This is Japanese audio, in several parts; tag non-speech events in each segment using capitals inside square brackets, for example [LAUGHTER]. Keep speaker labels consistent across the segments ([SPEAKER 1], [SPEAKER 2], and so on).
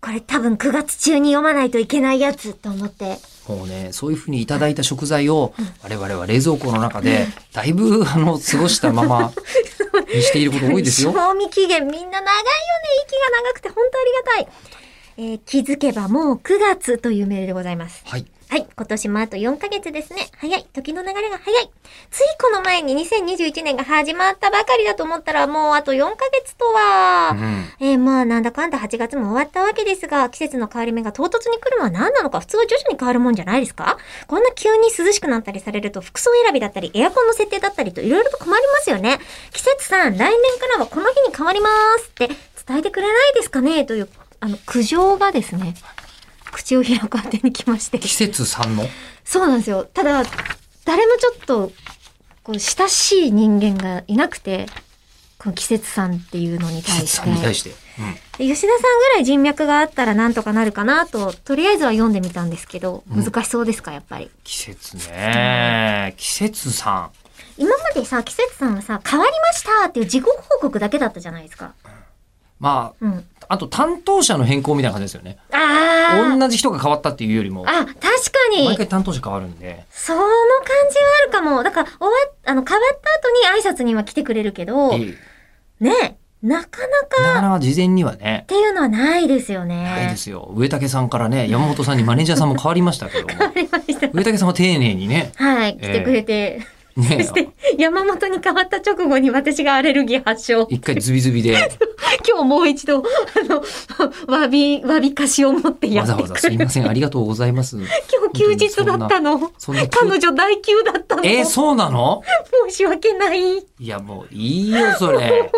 [SPEAKER 1] これ多分9月中に読まないといけないやつと思って。
[SPEAKER 2] もうね、そういうふうにいただいた食材を、我々は冷蔵庫の中で、だいぶ、あの、過ごしたまま、にしていること多いです
[SPEAKER 1] [LAUGHS]
[SPEAKER 2] よ。
[SPEAKER 1] 賞味期限みんな長いよね。息が長くて本当ありがたい。えー気づけばもう9月というメールでございます。
[SPEAKER 2] はい。
[SPEAKER 1] はい。今年もあと4ヶ月ですね。早い。時の流れが早い。ついこの前に2021年が始まったばかりだと思ったらもうあと4ヶ月とは。
[SPEAKER 2] うん。
[SPEAKER 1] えーまあなんだかんだ8月も終わったわけですが、季節の変わり目が唐突に来るのは何なのか、普通は徐々に変わるもんじゃないですかこんな急に涼しくなったりされると、服装選びだったり、エアコンの設定だったりと、いろいろと困りますよね。季節さん、来年からはこの日に変わりますって伝えてくれないですかねという、あの、苦情がですね、口を開く当てに来まして。
[SPEAKER 2] 季節さんの
[SPEAKER 1] そうなんですよ。ただ、誰もちょっと、こう、親しい人間がいなくて、この季節さんっていうのに
[SPEAKER 2] 季
[SPEAKER 1] 対
[SPEAKER 2] 節
[SPEAKER 1] し
[SPEAKER 2] さ
[SPEAKER 1] て
[SPEAKER 2] んに。対して。
[SPEAKER 1] で吉田さんぐらい人脈があったらなんとかなるかなと、とりあえずは読んでみたんですけど、
[SPEAKER 2] うん
[SPEAKER 1] 難しそうですか、やっぱり。
[SPEAKER 2] 季節ね。季節さ
[SPEAKER 1] 今までさ、季節さんはさ、変わりましたっていう事後報告だけだったじゃないですか。
[SPEAKER 2] ん。ま
[SPEAKER 1] うん。
[SPEAKER 2] あ、あと担当者の変更みたいな感じですよね。
[SPEAKER 1] あー。
[SPEAKER 2] 同じ人が変わったっていうよりも、
[SPEAKER 1] あ、確か
[SPEAKER 2] 毎
[SPEAKER 1] に。
[SPEAKER 2] 回担当者変わるんで。
[SPEAKER 1] その感じはあるかも。だから、終わっ、あの、変わった後に挨拶には来てくれるけど、
[SPEAKER 2] ええ
[SPEAKER 1] ね、なかなかっ
[SPEAKER 2] なかなか事前にはね、
[SPEAKER 1] ていうのはないですよね。
[SPEAKER 2] ないですよ。上竹さんからね、山本さんにマネージャーさんも変わりましたけども
[SPEAKER 1] わ、かりました。
[SPEAKER 2] 上竹さんは丁寧にね、
[SPEAKER 1] はい、来てくれて、 [LAUGHS]
[SPEAKER 2] ね、
[SPEAKER 1] 山本に変わった直後に私がアレルギー発症。
[SPEAKER 2] 一回ズビズビで、
[SPEAKER 1] [LAUGHS] 今日もう一度、あの、 [LAUGHS] わび、わびかしを持ってや
[SPEAKER 2] わ
[SPEAKER 1] って
[SPEAKER 2] ざ
[SPEAKER 1] く
[SPEAKER 2] わ
[SPEAKER 1] る。
[SPEAKER 2] ざすいません、ありがとうございます。
[SPEAKER 1] 今日休日だったの。
[SPEAKER 2] そんな、
[SPEAKER 1] 彼女大休だったの。
[SPEAKER 2] えー、そうなの
[SPEAKER 1] 申し訳ない。
[SPEAKER 2] いや、もういいよ、それ。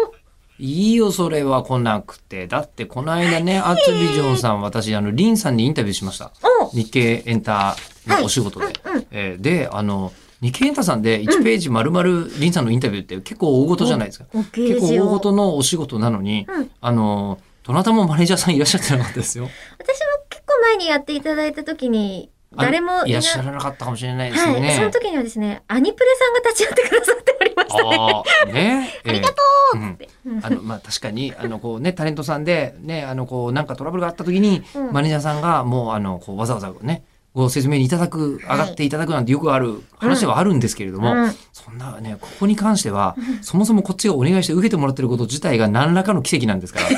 [SPEAKER 2] いいよ、それは来なくて。だって、この間ね、アツビジョンさん、私、あの、リンさんにインタビューしました。
[SPEAKER 1] お
[SPEAKER 2] 日経エンタのお仕事で。
[SPEAKER 1] うんうん
[SPEAKER 2] えーで、あの、日経エンタさんで1ページ丸々リンさんのインタビューって結構大事じゃないですか。
[SPEAKER 1] お給
[SPEAKER 2] 結
[SPEAKER 1] 仕
[SPEAKER 2] 構大
[SPEAKER 1] を。
[SPEAKER 2] 事のお仕事なのに、
[SPEAKER 1] うん
[SPEAKER 2] あの、どなたもマネージャーさんいらっしゃってなかったですよ。
[SPEAKER 1] 私も結構前にやっていただいた時に、
[SPEAKER 2] あの
[SPEAKER 1] 誰も
[SPEAKER 2] い
[SPEAKER 1] な
[SPEAKER 2] らっしゃらなかったかもしれないです
[SPEAKER 1] は
[SPEAKER 2] ね。
[SPEAKER 1] い、その時にはですね、アニプレさんが立ち会ってくださっておりましたね。
[SPEAKER 2] ああ、ね。 [LAUGHS] ありがとう、ん
[SPEAKER 1] うん
[SPEAKER 2] あのまあ、確かにあのこう、ね、タレントさんで、ね、あのこうなんかトラブルがあった時に、
[SPEAKER 1] うん
[SPEAKER 2] マネージャーさんがもうあのこうわざわざ、ね、ご説明にいただく上
[SPEAKER 1] はい
[SPEAKER 2] がっていただくなんてよくある話ではあるんですけれども、
[SPEAKER 1] うん
[SPEAKER 2] そんな、ね、ここに関してはそもそもこっちがお願いして受けてもらってること自体が何らかの奇跡なんです [LAUGHS] から。ね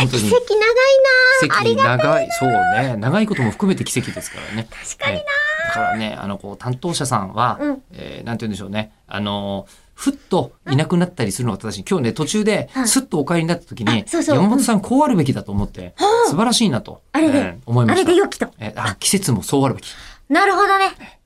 [SPEAKER 2] 本当に
[SPEAKER 1] 奇跡長い
[SPEAKER 2] 奇跡長いそうね長いことも含めて奇跡ですからね。確かにな、だからねあのこう担当者さんは、
[SPEAKER 1] うん
[SPEAKER 2] えーなんて言うんでしょうねあのーふっといなくなったりするのが正しい今日ね途中で
[SPEAKER 1] はい
[SPEAKER 2] すっとお帰りになった時に、
[SPEAKER 1] あそうそう
[SPEAKER 2] 山本さんこうあるべきだと思って、素晴らしいなと、
[SPEAKER 1] あれで
[SPEAKER 2] えー思い
[SPEAKER 1] な。あ
[SPEAKER 2] ま
[SPEAKER 1] れ
[SPEAKER 2] した
[SPEAKER 1] で良きと。
[SPEAKER 2] えーあ季節もそうあるべき
[SPEAKER 1] なるほどね。